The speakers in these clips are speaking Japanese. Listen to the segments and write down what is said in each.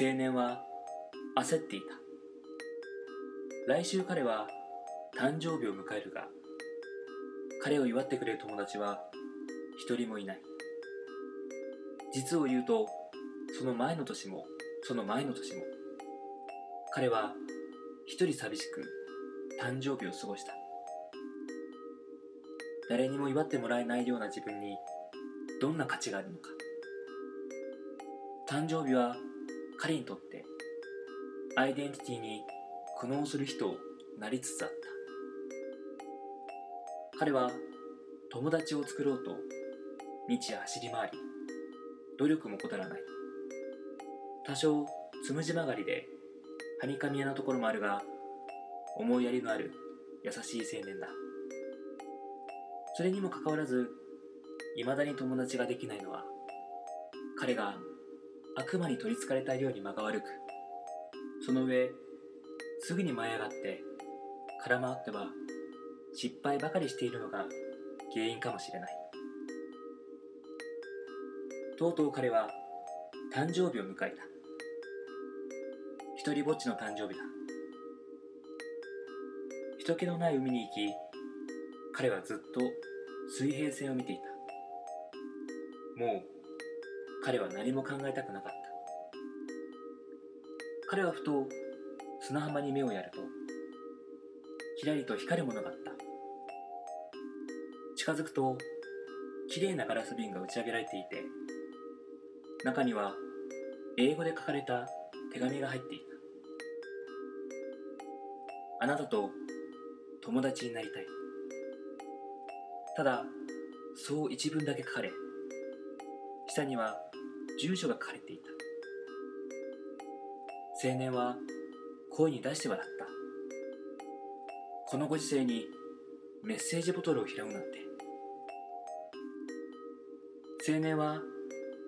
青年は焦っていた来週彼は誕生日を迎えるが彼を祝ってくれる友達は一人もいない実を言うとその前の年もその前の年も彼は一人寂しく誕生日を過ごした誰にも祝ってもらえないような自分にどんな価値があるのか誕生日は彼にとってアイデンティティに苦悩する人をなりつつあった彼は友達を作ろうと日夜走り回り努力も怠らない多少つむじ曲がりではにかみ屋なところもあるが思いやりのある優しい青年だそれにもかかわらずいまだに友達ができないのは彼が悪魔に取りつかれたように間が悪くその上すぐに舞い上がって空回っては失敗ばかりしているのが原因かもしれないとうとう彼は誕生日を迎えた一人ぼっちの誕生日だ人気のない海に行き彼はずっと水平線を見ていたもう彼は何も考えたくなかった彼はふと砂浜に目をやるとひらりと光るものがあった近づくと綺麗なガラス瓶が打ち上げられていて中には英語で書かれた手紙が入っていたあなたと友達になりたいただそう一文だけ書かれ下には住所が書かれていた青年は声に出して笑ったこのご時世にメッセージボトルを拾うなんて青年は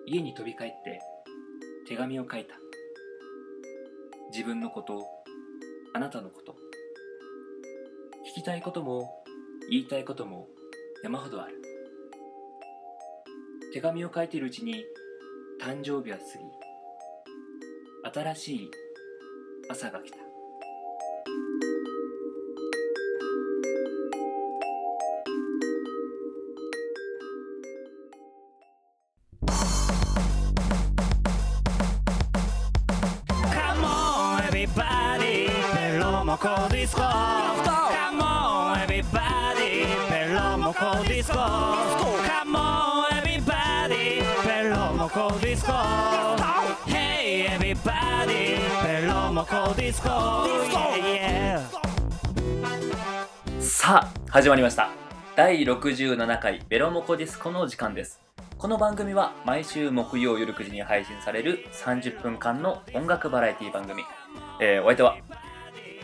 家に飛び帰って手紙を書いた自分のことあなたのこと聞きたいことも言いたいことも山ほどある手紙を書いているうちに誕生日は過ぎ新しい朝が来たさあ始まりました第67回ベロモコディスコの時間ですこの番組は毎週木曜夜9時に配信される30分間の音楽バラエティ番組、えー、お相手は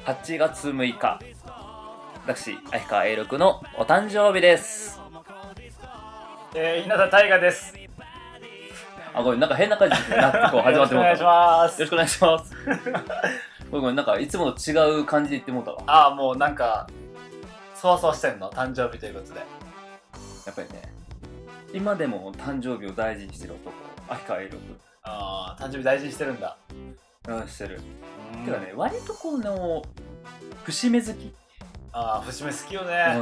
8月6日私秋川 A6 のお誕生日ですえー、稲田大我ですあごめんなんか変な感じですねなこう始まってもよろしくお願いします よろしくお願いしますごめんごめんなんかいつもと違う感じで言ってもうたわああもうなんかそわそわしてんの誕生日ということでやっぱりね今でも誕生日を大事にしてる男秋川 A6 ああ誕生日大事にしてるんだうんしてるてかね割とこの節目好きああ節目好きよね、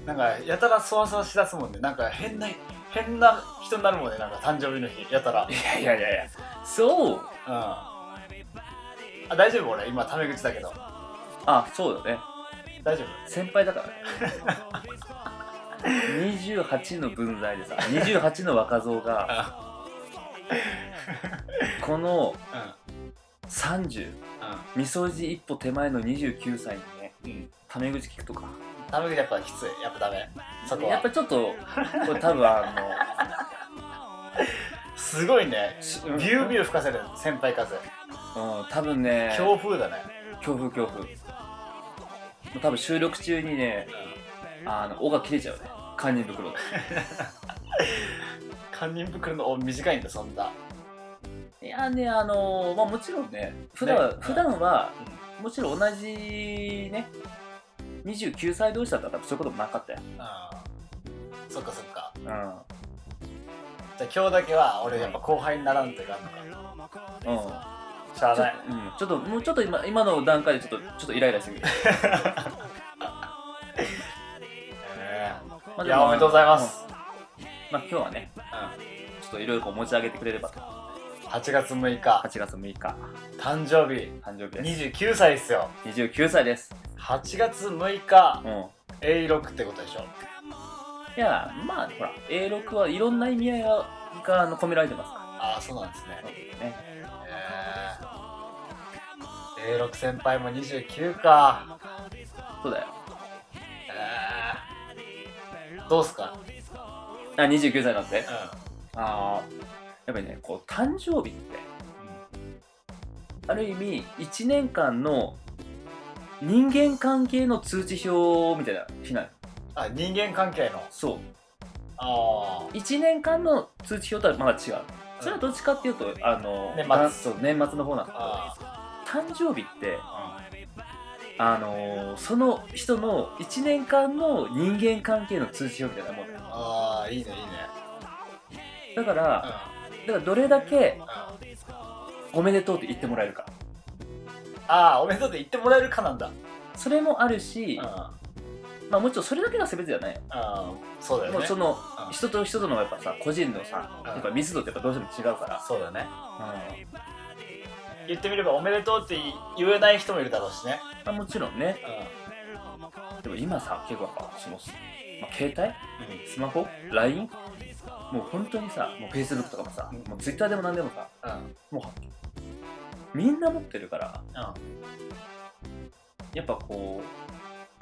うん、なんかやたらそわそわしだすもんねなんか変な変な人になるもんねなんか誕生日の日やたらいやいやいやいやそううんあ大丈夫俺今タメ口だけどあそうだね大丈夫先輩だからね28の分際でさ28の若造がこの、うん30、うん、みそじ一歩手前の29歳にね、うん、タメ口聞くとかタメ口やっぱきついやっぱダメそこやっぱちょっとこれ多分あのすごいねビュービュー吹かせる先輩風うん多分ね強風だね強風強風多分収録中にね、うん、あの尾が切れちゃうね堪忍袋で堪忍袋の尾短いんだそんないやねあのー、まあもちろんね普段は、ね、普段は、うん、もちろん同じね29歳同士だったらそういうこともなかったよ、うん、そっかそっかうんじゃあ今日だけは俺やっぱ後輩にならんといかんのかうんしゃあないうんちょっともうちょっと今今の段階でちょっとちょっとイライラしてくる、えまあ、ーいやおめでとうございます、うんまあ、今日はねうちょっといろいろこう持ち上げてくれればとん、8月6日8月6日誕生日誕生日です29歳ですよ29歳です8月6日うん A6 ってことでしょいやまあほら A6 はいろんな意味合いががあの込められてますかああそうなんですねらねえー、A6 先輩も29かそうだよえー、どうすかあ29歳なんでうああやっぱりねこう誕生日ってある意味1年間の人間関係の通知表みたいな日なのんあ人間関係のそあう1年間の通知表とはまだ違うそれはどっちかっていうとあの年末だそう年末の方なのあ誕生日ってああのーその人の1年間の人間関係の通知表みたいなもんだよああいいねいいねだからうんだからどれだけうんおめでとうって言ってもらえるかああおめでとうって言ってもらえるかなんだそれもあるうしん、まあ、もちろんそれだけが全てじゃないようんそうだもようねそのうん人と人とのやっぱさ個人のさうんやっぱ密度ってやっぱどうしても違うかそうだねら、うん言ってみればおめでとうって言えない人もいるだろうしねまあ、もちろんねうんでも今さ結構やっぱその、まあ、携帯うスマホ LINE もう本当にさもう Facebook とかもさ、うんもう Twitter でも何でもさんうんもうみんな持ってるからうんやっぱこ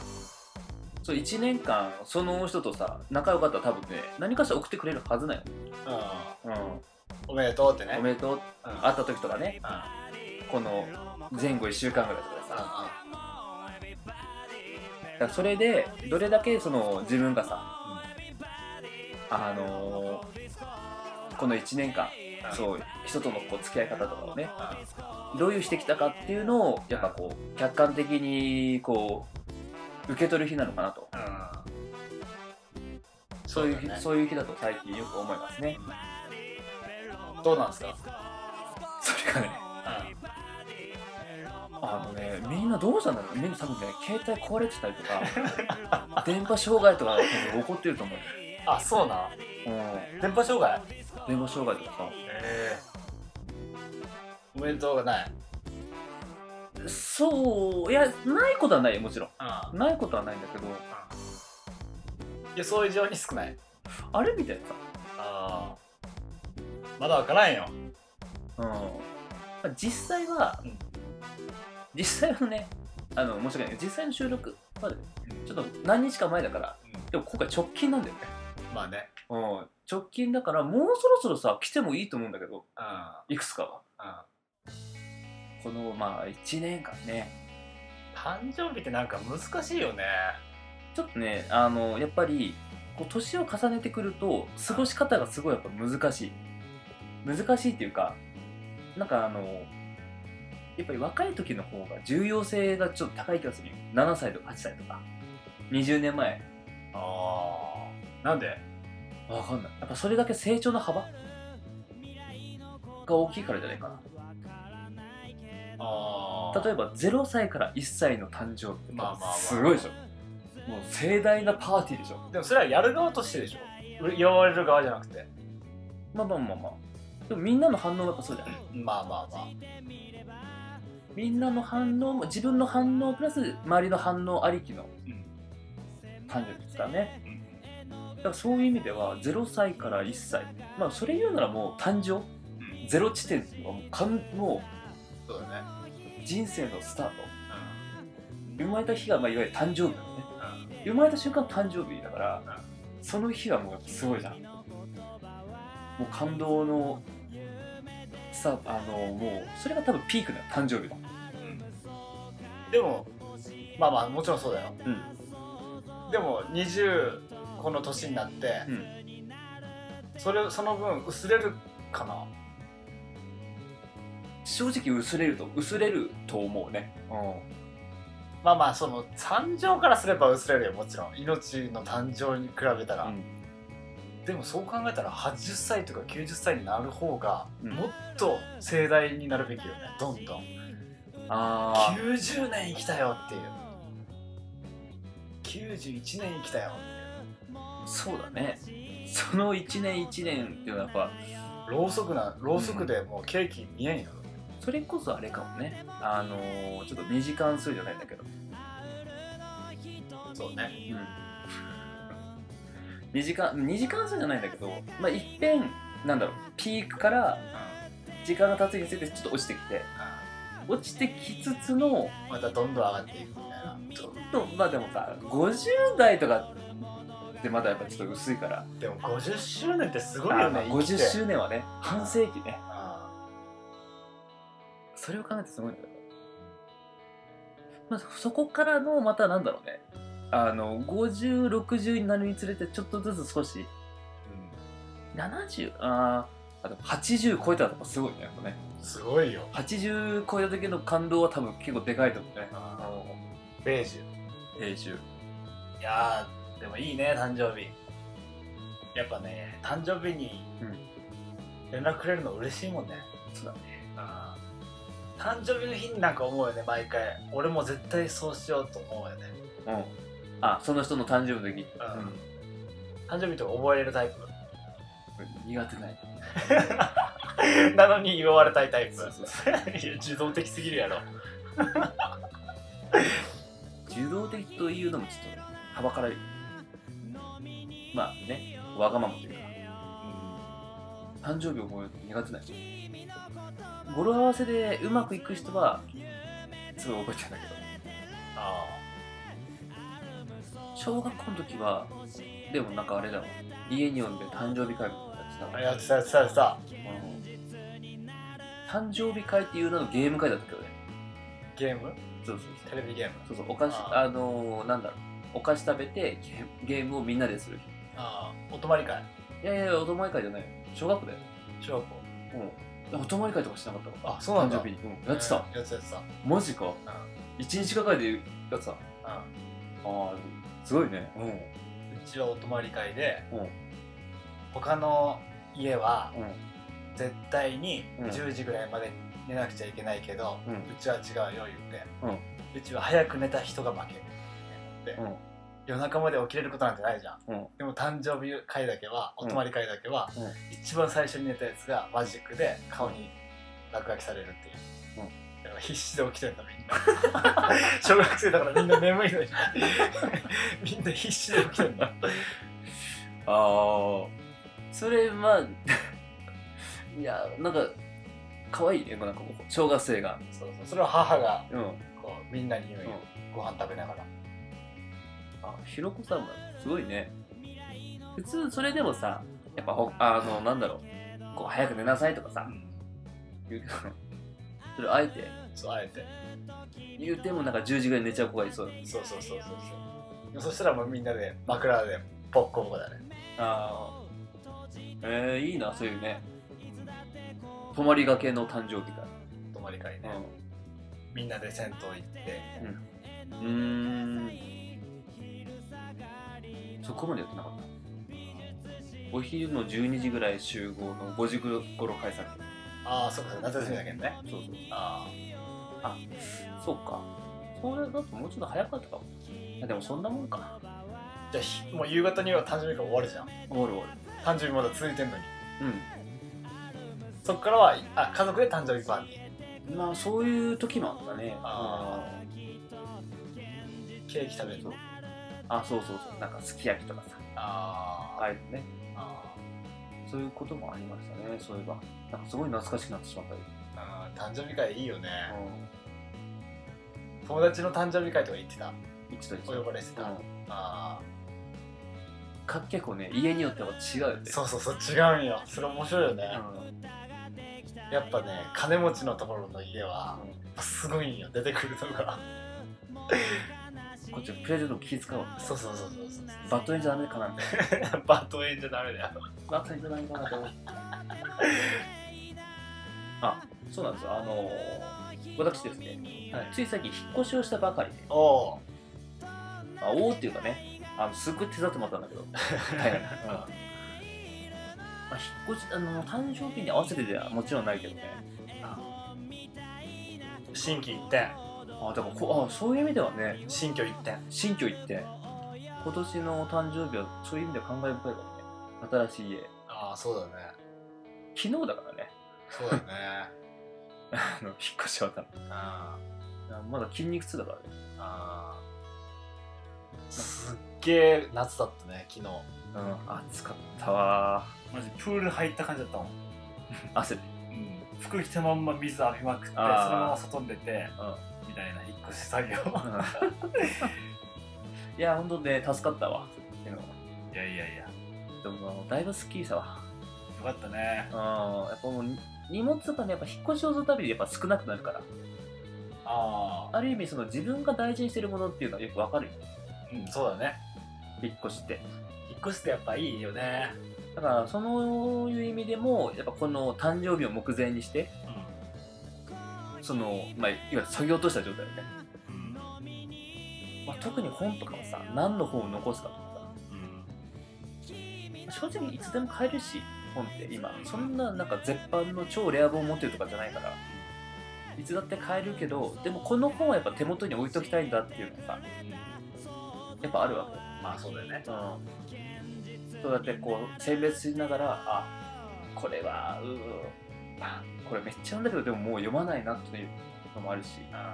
うそう1年間その人とさ仲良かったら多分ね何かしら送ってくれるはずなよ、うおめでとうってねん、おめでとううんうん会った時とかねうんこの前後1週間ぐらいとかでさだからそれでどれだけその自分がさ、あのーこの1年間そう人とのこう付き合い方とかをねどういうしてきたかっていうのをやっぱこう客観的にこう受け取る日なのかなとうんそういう日そうだねそういう日だと最近よく思いますねうんどうなんですかそれがねあのねみんなどうしたんだろうみんな多分ね携帯壊れてたりとか 電波障害とか多分起こってると思うよ、あそうなうん、電波障害電波障害とかええおめでとうがないさそういやないことはないよもちろうんんないことはないんだけど予想以上に少ないあれみたいなさ、あまだわからんようんまあ、実際は、うん実際はねあの申し訳ない実際の収録までちょっと何日か前だからでも今回直近なんだよね、まあねうん、直近だからもうそろそろさ来てもいいと思うんだけどうんいくつかはうんこのまあ1年間ね誕生日ってなんか難しいよねちょっとねあのやっぱりこう年を重ねてくると過ごし方がすごいやっぱ難しい難しいっていうかなんかあのやっぱり若い時の方が重要性がちょっと高い気がするよ7歳とか8歳とか20年前ああなんでわかんないやっぱそれだけ成長の幅が大きいからじゃないかなあ例えば0歳から1歳の誕生日まあまあまあすごいでしょもう盛大なパーティーでしょでもそれはやる側としてでしょ言われる側じゃなくてまあまあまあまあでもみんなの反応はやっぱそうじゃないまあまあまあみんなの反応も自分の反応プラス周りの反応ありきのうん誕生日ですからねだからそういう意味では0歳から1歳まあそれ言うならもう誕生うんゼロ地点っていうのはもうかんもそうだねう人生のスタート生まれた日がまあいわゆる誕生日なんうねんうん生まれた瞬間誕生日だからその日はもうやっぱすごいじゃんもう感動のさあのもうそれが多分ピークだよ誕生日のうんでもまあまあもちろんそうだよ、でも20この年になって、うんそれその分薄れるかな正直薄れると薄れると思うねうまあまあその誕生からすれば薄れるよもちろん命の誕生に比べたら、うんでもそう考えたら80歳とか90歳になる方がうんもっと盛大になるべきよねどんどんあ90年生きたよっていう91年生きたよあそうだねその1年1年っていうのはやっぱろうそくなろうそくでもうケーキ見えんよ、それこそあれかもねあのーちょっと2時間数じゃないんだ けど、そうね2時間2時間数じゃないんだけどまあいっぺんなんだろうピークからうん時間が経つにつれてちょっと落ちてきて落ちてきつつのまたどんどん上がっていくみたいなちょっとまあでもさ50代とかってまだやっぱちょっと薄いから、でも50周年ってすごいあよまねあ生きて50周年はね半世紀ねあそれを考えてすごいんだけど、まあ、そこからのまたなんだろうねあの5060になるにつれてちょっとずつ少し70あーあと80超えたとかすごいねやっぱねーすごいよ80超えた時の感動は多分結構でかいと思うねあのーベージ永住ュいやーでもいいね誕生日やっぱね誕生日にうん連絡くれるの嬉しいもんねそうだねあー誕生日の日になんか思うよね毎回俺も絶対そうしようと思うよねうんあその人の誕生日の時うん誕生日とか覚えれるタイうん苦手ない プなのに祝われたいタイプそうそう いや自動的すぎるやろ受動的というのもちょっとはばかられるまあねわがままというか誕生日を覚えるの苦手だよ語呂合わせでうまくいく人はすごい覚えてるんだけどあ小学校の時はでもなんかあれだわ家に呼んで誕生日会みたいなのやってたわあやってたやってたやってたうん誕生日会っていう名のゲーム会だったけどねゲームそうそうテレビゲームそうそうそうお菓子ああのー、なんだろうお菓子食べてゲーゲームをみんなでするああお泊まり会いやいやお泊まり会じゃないよ小学校だよ小学校うんお泊まり会とかしなかったわあそうなん誕だ生日に、うん、やってたわやってたやってたマジか一日がかりでやってたあうあすごいねうんうちはお泊まり会で、うん他の家はんうん絶対にうん10時ぐらいまで寝なくちゃいけないけど、ううんちは違うよ言って、うちは早く寝た人が負けって、うん夜中まで起きれることなんてないじゃん、うんでも誕生日会だけはうおん泊まり会だけは、うん一番最初に寝たやつがマジックで顔に落書きされるっていう、でも必死で起きてんだみんな 小学生だからみんな眠いのに みんな必死で起きてんだああそれまあ いやなんか可愛いねなんかこう小学生がそうそうそれを母がうんこうみんなに言うよ、ご飯食べながらあひろこさんもすごいね普通それでもさやっぱほあのなんだろうこう早く寝なさいとかさ言うけどそれあえてそうあえて言うてもなんか10時ぐらいに寝ちゃう子がいそうそうそうそうそうそうそしたらもうみんなで枕でボッコボコだねあえー、いいなそういうね泊まりがけの誕生日会泊まり会ね、みんなで銭湯行ってうんそこまでやってなかったお昼の12時ぐらい集合の5時ごろ解散ああそうかそうか夏休みだけどねそうそうああそうかそれだともうちょっと早かったかもいやでもそんなもんかあじゃあひもう夕方には誕生日会終わるじゃん終わる終わ誕生日まだ続いてんのにるそっからはあ家族で誕生日パーテうんまあそういう時もあったねあィーケーキ食べるそうあそうそうそうなんかすき焼きとかさああーあいうのねあそういうこともありましたねそういえばなんかすごい懐かしくなってしまったり、ーあー誕生日会いいよね友達の誕生日会とか行ってたうん、一度一お度、う呼んばれしてた、ああか結構ね家によっては違うよねそうそうそう違うんよそれ面白いよね、うんやっぱね金持ちのところの家はすごいんよ出てくるのがこっちはプレゼントも気遣うわそうそうそうそうそうバトンじゃダメかなみたい バッドエンじゃダメだよな バトンじゃダメかなと思ってあそうなんですよあのー私ですねつい最近引っ越しをしたばかりで、おお まあ、おおっていうかねあのすっごい手伝ってもらったんだけどはいまあ、引っ越しあの誕生日に合わせてではもちろんないけどね新規一点あだからこあそういう意味ではね新居一点新居行って今年の誕生日はそういう意味では感慨深いからね新しい家ああそうだね昨日だからね そうだ ねあの引っ越しはたあまだ筋肉痛だからねーあーすっげえ夏だったね昨日うん暑かったわマジプール入った感じだったもん、汗でうん、服着たまんま水浴びまくってそのあーまま外に出てうみたいな引っ越し作業ん、いや本当ね助かったわでも いやいやいやよでもだいぶスッキリしたわかったねうんやっぱもう荷物がねやっぱ引っ越しをするたびにやっぱ少なくなるからああある意味その自分が大事にしてるものっていうのはよくわかるようんそうだね引っ越しって引っ越しってやっぱいいよねだからそういう意味でもやっぱこの誕生日を目前にしてその、まあ、いわゆる削ぎ落とした状態でね、うんまあ、特に本とかもさ何の本を残すかとかうんさ正直いつでも買えるし本って今そんななんか絶版の超レア本を持ってるとかじゃないからいつだって買えるけどでもこの本はやっぱ手元に置いときたいんだっていうのがさやっぱあるわけまあそうだよねうん、そうやってこう選別しながらあこれはうーあこれめっちゃ読んだけどでももう読まないなというのもあるしだか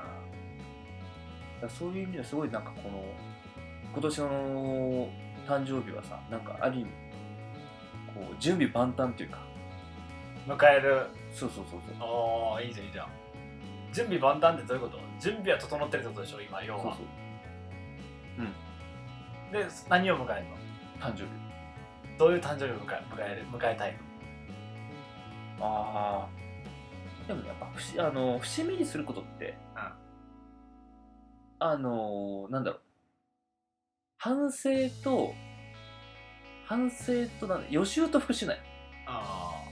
らそういう意味ではすごいなんかこの今年の誕生日はさなんかある意味こう準備万端というか迎えるそうそうそうそうああいいじゃんいいじゃん準備万端ってどういうこと準備は整ってるってことでしょ今要はそうそうで何を迎えるの誕生日どういう誕生日を迎え迎える迎えたいああでもやっぱ不思あの節目にすることって、うんあのなんだろう反省と反省となんだ予習と復習ないあ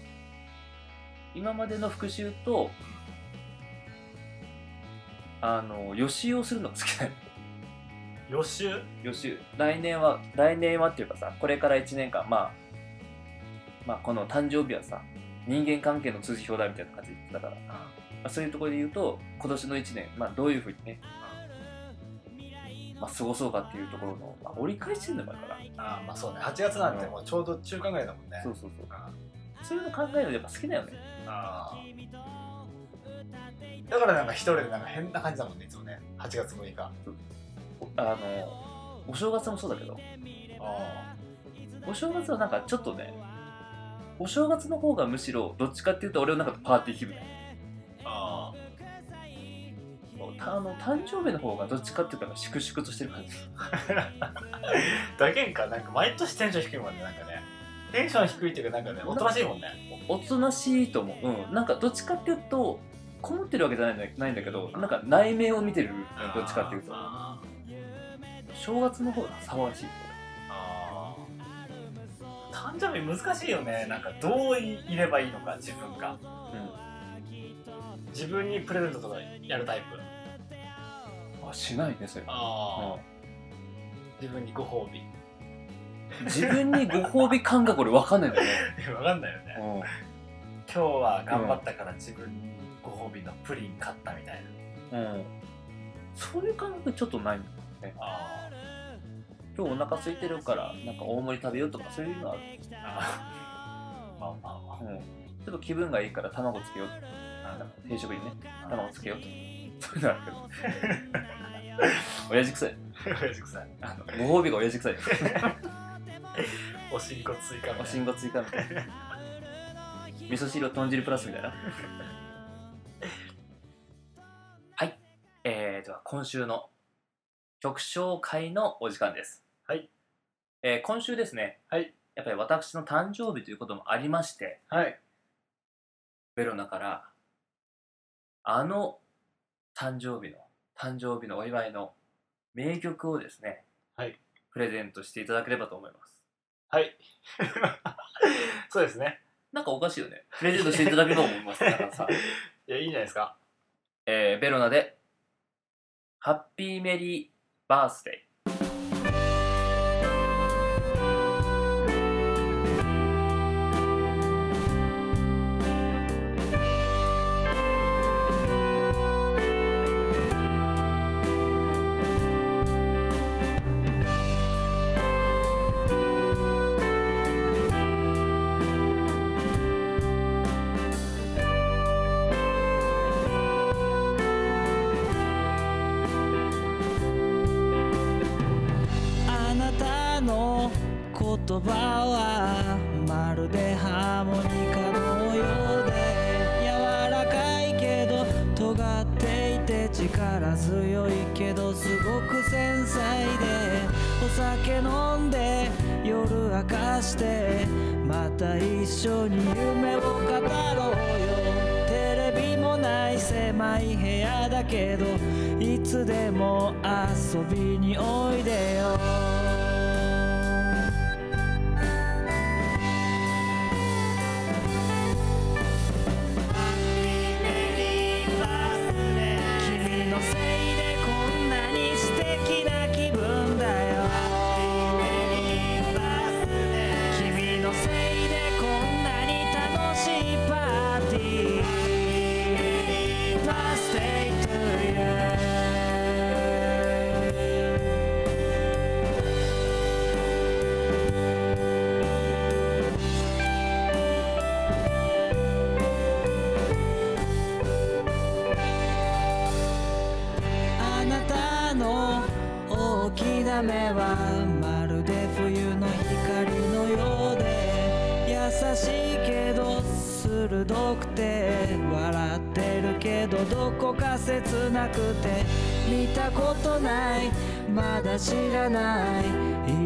今までの復習とあの予習をするのが好きなのあ予習予習来年は来年はっていうかさこれから1年間まあまあこの誕生日はさ人間関係の通じ表だみたいな感じだからあまあ、そういうところで言うと今年の1年、まあ、どういうふうにね、まあ、過ごそうかっていうところの、まあ、折り返してるのもあるから、あまあそうね8月なんてもうちょうど中間ぐらいだもんねそうそうそうあそういうの考えるのやっぱ好きだよねあだからなんか一人でなんか変な感じだもんねいつもね8月6日あおあのお正月もそうだけどあお正月はなんかちょっとねお正月の方がむしろどっちかっていうと俺の中でパーティー気分だよあたあの誕生日の方がどっちかっていうとなんか粛々としてる感じだけんかなんか毎年テンション低いもんねなんかねテンション低いっていうかなんかねおとなしいもんねおおとなしいと思う、うん、なんかどっちかっていうとこもってるわけじゃないんだないんだけどなんか内面を見てるどっちかっていうとあ正月の方が騒がしいあ誕生日難しいよねなんかどういればいいのか自分がう自分にプレゼントとかやるタイプんあしないねそれああ自分にご褒美 自分にご褒美感覚俺分かんないんだ ね、わかんないよね今日は頑張ったから自分にご褒美のプリン買ったみたいな、うんうん、そういう感覚ちょっとないあ今日お腹空いてるからなんか大盛り食べようとかそういうのはある、ーあーまあまあまうん、ちょっと気分がいいから卵つけようとかなんか定食にね卵つけようとかそういうのあるけど親父臭いあ親父臭いあのご褒美が親父臭いおしんこ追加みおたしいんご追加みたいな味噌汁豚汁プラスみたいなはいえー、では今週の曲紹介のお時間ですはい、えー今週ですねはいやっぱり私の誕生日ということもありましてなはいベロナからあの誕生日の誕生日のお祝いの名曲をですね、はい、プレゼントしていただければと思いますはい そうですねなんかおかしいよね。プレゼントしていただけると思います。だからさ、 いやいいんじゃないですかえー、ベロナで、ハッピーメリーバースデー。葉はまるでハーモニカのようで柔らかいけど尖っていて力強いけどすごく繊細でお酒飲んで夜明かしてまた一緒に夢を語ろうよテレビもない狭い部屋だけどいつでも遊びにおいでよ君のせいでこんなに素敵な気分だよ君のせいでこんなに楽しいパーティー Happy birthday to you あなたの大きな目はまるで冬の光のようで優しいけど鋭くて笑ってるけどどこか切なくて見たことないまだ知らない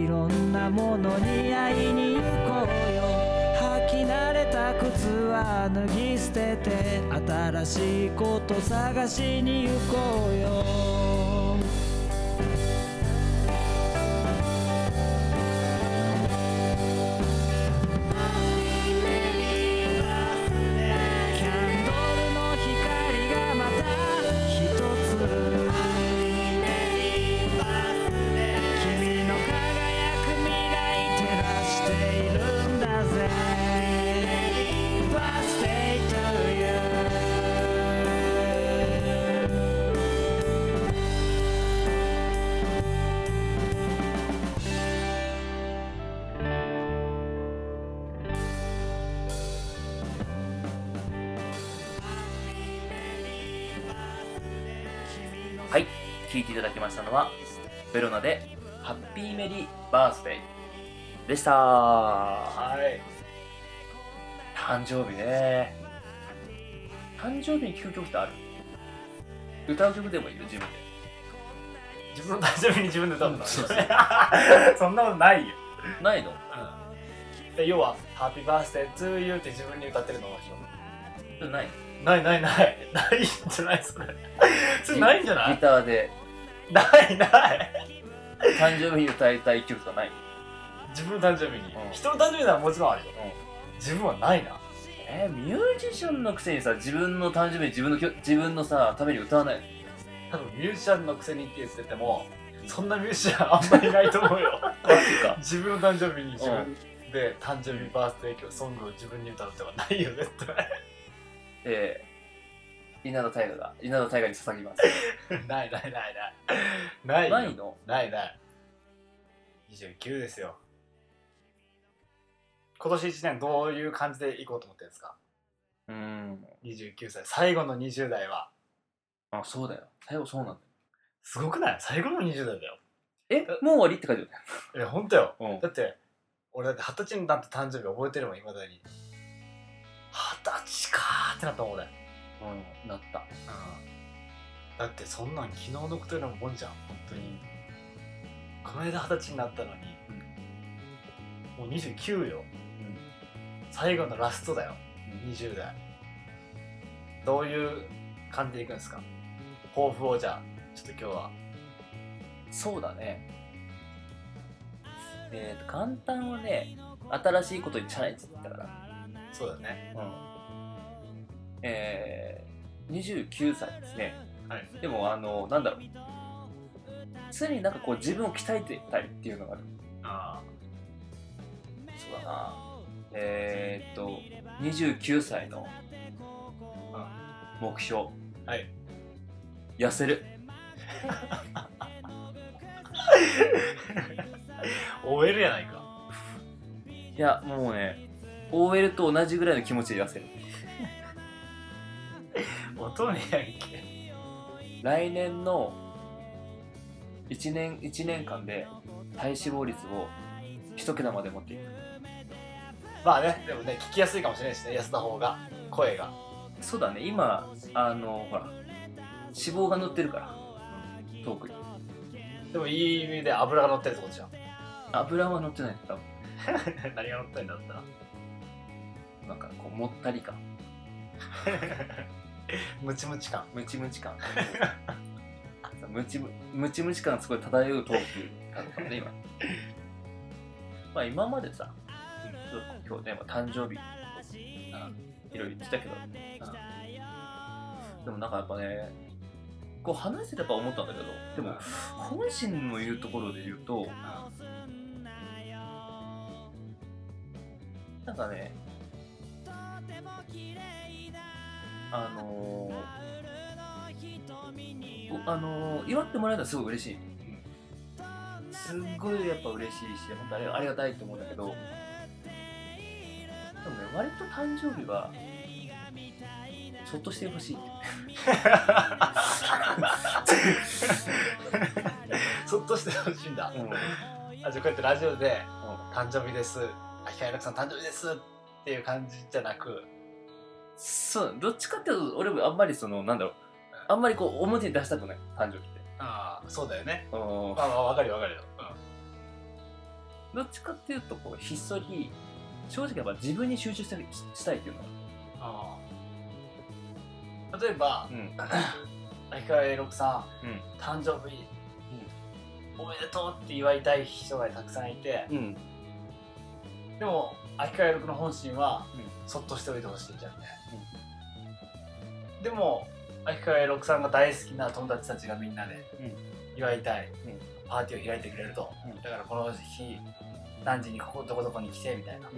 いろんなものに会いに行こうよ履き慣れた靴は脱ぎ捨てて新しいこと探しに行こうよキャンドルの光がまた一つ君の輝く未来照らしているんだぜ Birthday to you はい聴いていただきましたのはベロナで「ハッピーメリーバースデー」でしたはい誕生日ね誕生日に聴く曲ってある歌う曲でもいいよ自分で自分の誕生日に自分で歌うんだ、 そんなことないよ。ないので要は「ハッピーバースデー to you」って自分に歌ってるのでしょそれないないないない ないんじゃないそれそれないんじゃなギいターでないない誕生日に歌いたい曲とかない自分の誕生日に、うん人の誕生日ならもちろんあるよ、自分はないなえーミュージシャンのくせにさ自分の誕生日に自分の曲自分のさために歌わない多分ミュージシャンのくせにって言っててもそんなミュージシャンあんまりいないと思うよ か自分の誕生日に自分で誕生日バースデーソングを自分に歌うとかないよ絶対 えー、稲田大河が稲田大河に捧ぎますないないないないなないいのよないない29ですよ今年1年どういう感じでいこうと思ってるんですかうーん29歳最後の20代はあそうだよ最後そうなんだよすごくない最後の20代だよえもう終わりって書いてあるいや本当ようんだって俺だって二十歳になって誕生日覚えてるもんいまだに二十歳かーってなったもん俺、うん、うんなっただってそんなん昨日のことよりももんじゃん本当にこの間二十歳になったのに、もう29よ、最後のラストだよ、20代どういう感じでいくんですか抱負をじゃあちょっと今日はそうだねえー、と簡単はね新しいことにチャレンジだからそうだねえー、29歳ですねはいでもあのなんだろう常になんかこう自分を鍛えてたりっていうのがあるあそうだなえー、っと29歳の目標はい痩せるあ OL やないかいやもうね OL と同じぐらいの気持ちで痩せる乙女やんけ来年の1年1年間で体脂肪率を1一桁まで持っていくまあねでもね聞きやすいかもしれないしね痩せた方が声がそうだね今あのほら脂肪が乗ってるからトークにでもいい意味で脂が乗ってるってことじゃん油は乗ってない多分 何が乗ってるんだったらなんかこうもったり感ムチムチ感ムチムチ感ムチムムチムチ感すごい漂うトークだったので今まあ今までさちょっと今日ね、まあ、誕生日いろいろ言ってたけど、でもなんかやっぱねこう話してたから思ったんだけどでも本心の言うところで言うと、なんかねあのーおあのー祝ってもらえたらすごい嬉しい、すっごいやっぱ嬉しいし本当あれありがたいと思うんだけどでもね割と誕生日はそっとしてほしいそっとしてほしいんだあじゃあこうやってラジオで「誕生日です」あ「ヒカリラクさん誕生日です」っていう感じじゃなくそうどっちかっていうと俺もあんまりそのなんだろうあんまりこう表に出したくない誕生日ってああそうだよねうんまあまあわかるよわかるよ、どっちかっていうとこうひっそり正直やっぱ自分に集中したいしたいっていうのはうん、例えばうん「ヒカリラクさん、うん誕生日、おめでとう」って祝いたい人がたくさんいてうんでもヒカリラクの本心は、うそっとしておいてほしいじゃんね、でもヒカリラクさんが大好きな友達たちがみんなでうん祝いたい、うんパーティーを開いてくれると、うんだからこの日何時にここどこどこに来てみたいな、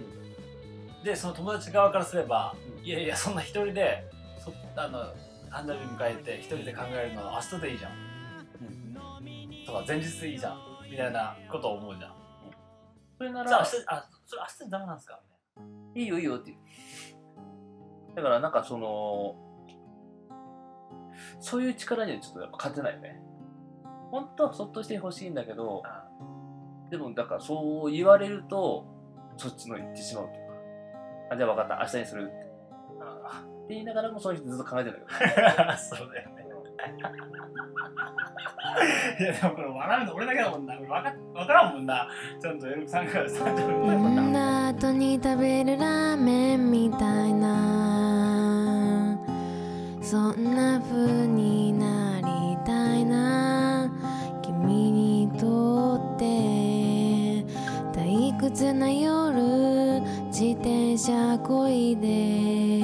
でその友達側からすれば、うんいやいやそんな一人でそあの誕生日迎えて一人で考えるのは明日でいいじゃん、とか前日でいいじゃんみたいなことを思うじゃん、それなじゃあら明日あそれ明日でダメなんですかいいよいいよってだからなんかそのそういう力にはちょっとやっぱ勝てないよね本当はそっとしてほしいんだけどでもだからそう言われるとそっちの言ってしまうとかあじゃあ分かった明日にするってって言いながらもその人ずっと考えてるんだけ そうだよね。いやでもこれ笑うの俺だけだもんな。俺わかわからんもんな。ちゃんとエルクさんからさ、ちょっと女とに食べるラーメンみたいなそんな風になりたいな君にとって退屈な夜自転車こいで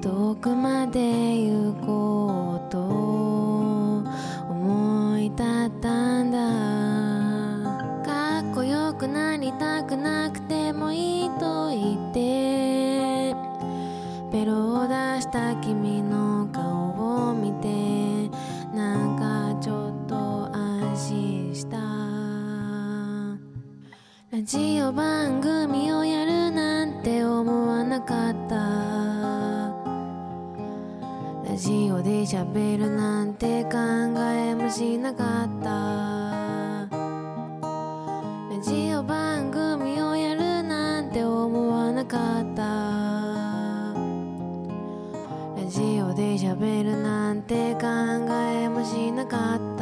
遠くまで行こうと思い立ったんだかっこよくなりたくなくてもいいと言ってベロを出した君の顔を見てなんかちょっと安心したラジオ番組をやるなんて思わなかったラジオで喋るなんて考えもしなかったラジオ番組をやるなんて思わなかったラジオで喋るなんて考えもしなかった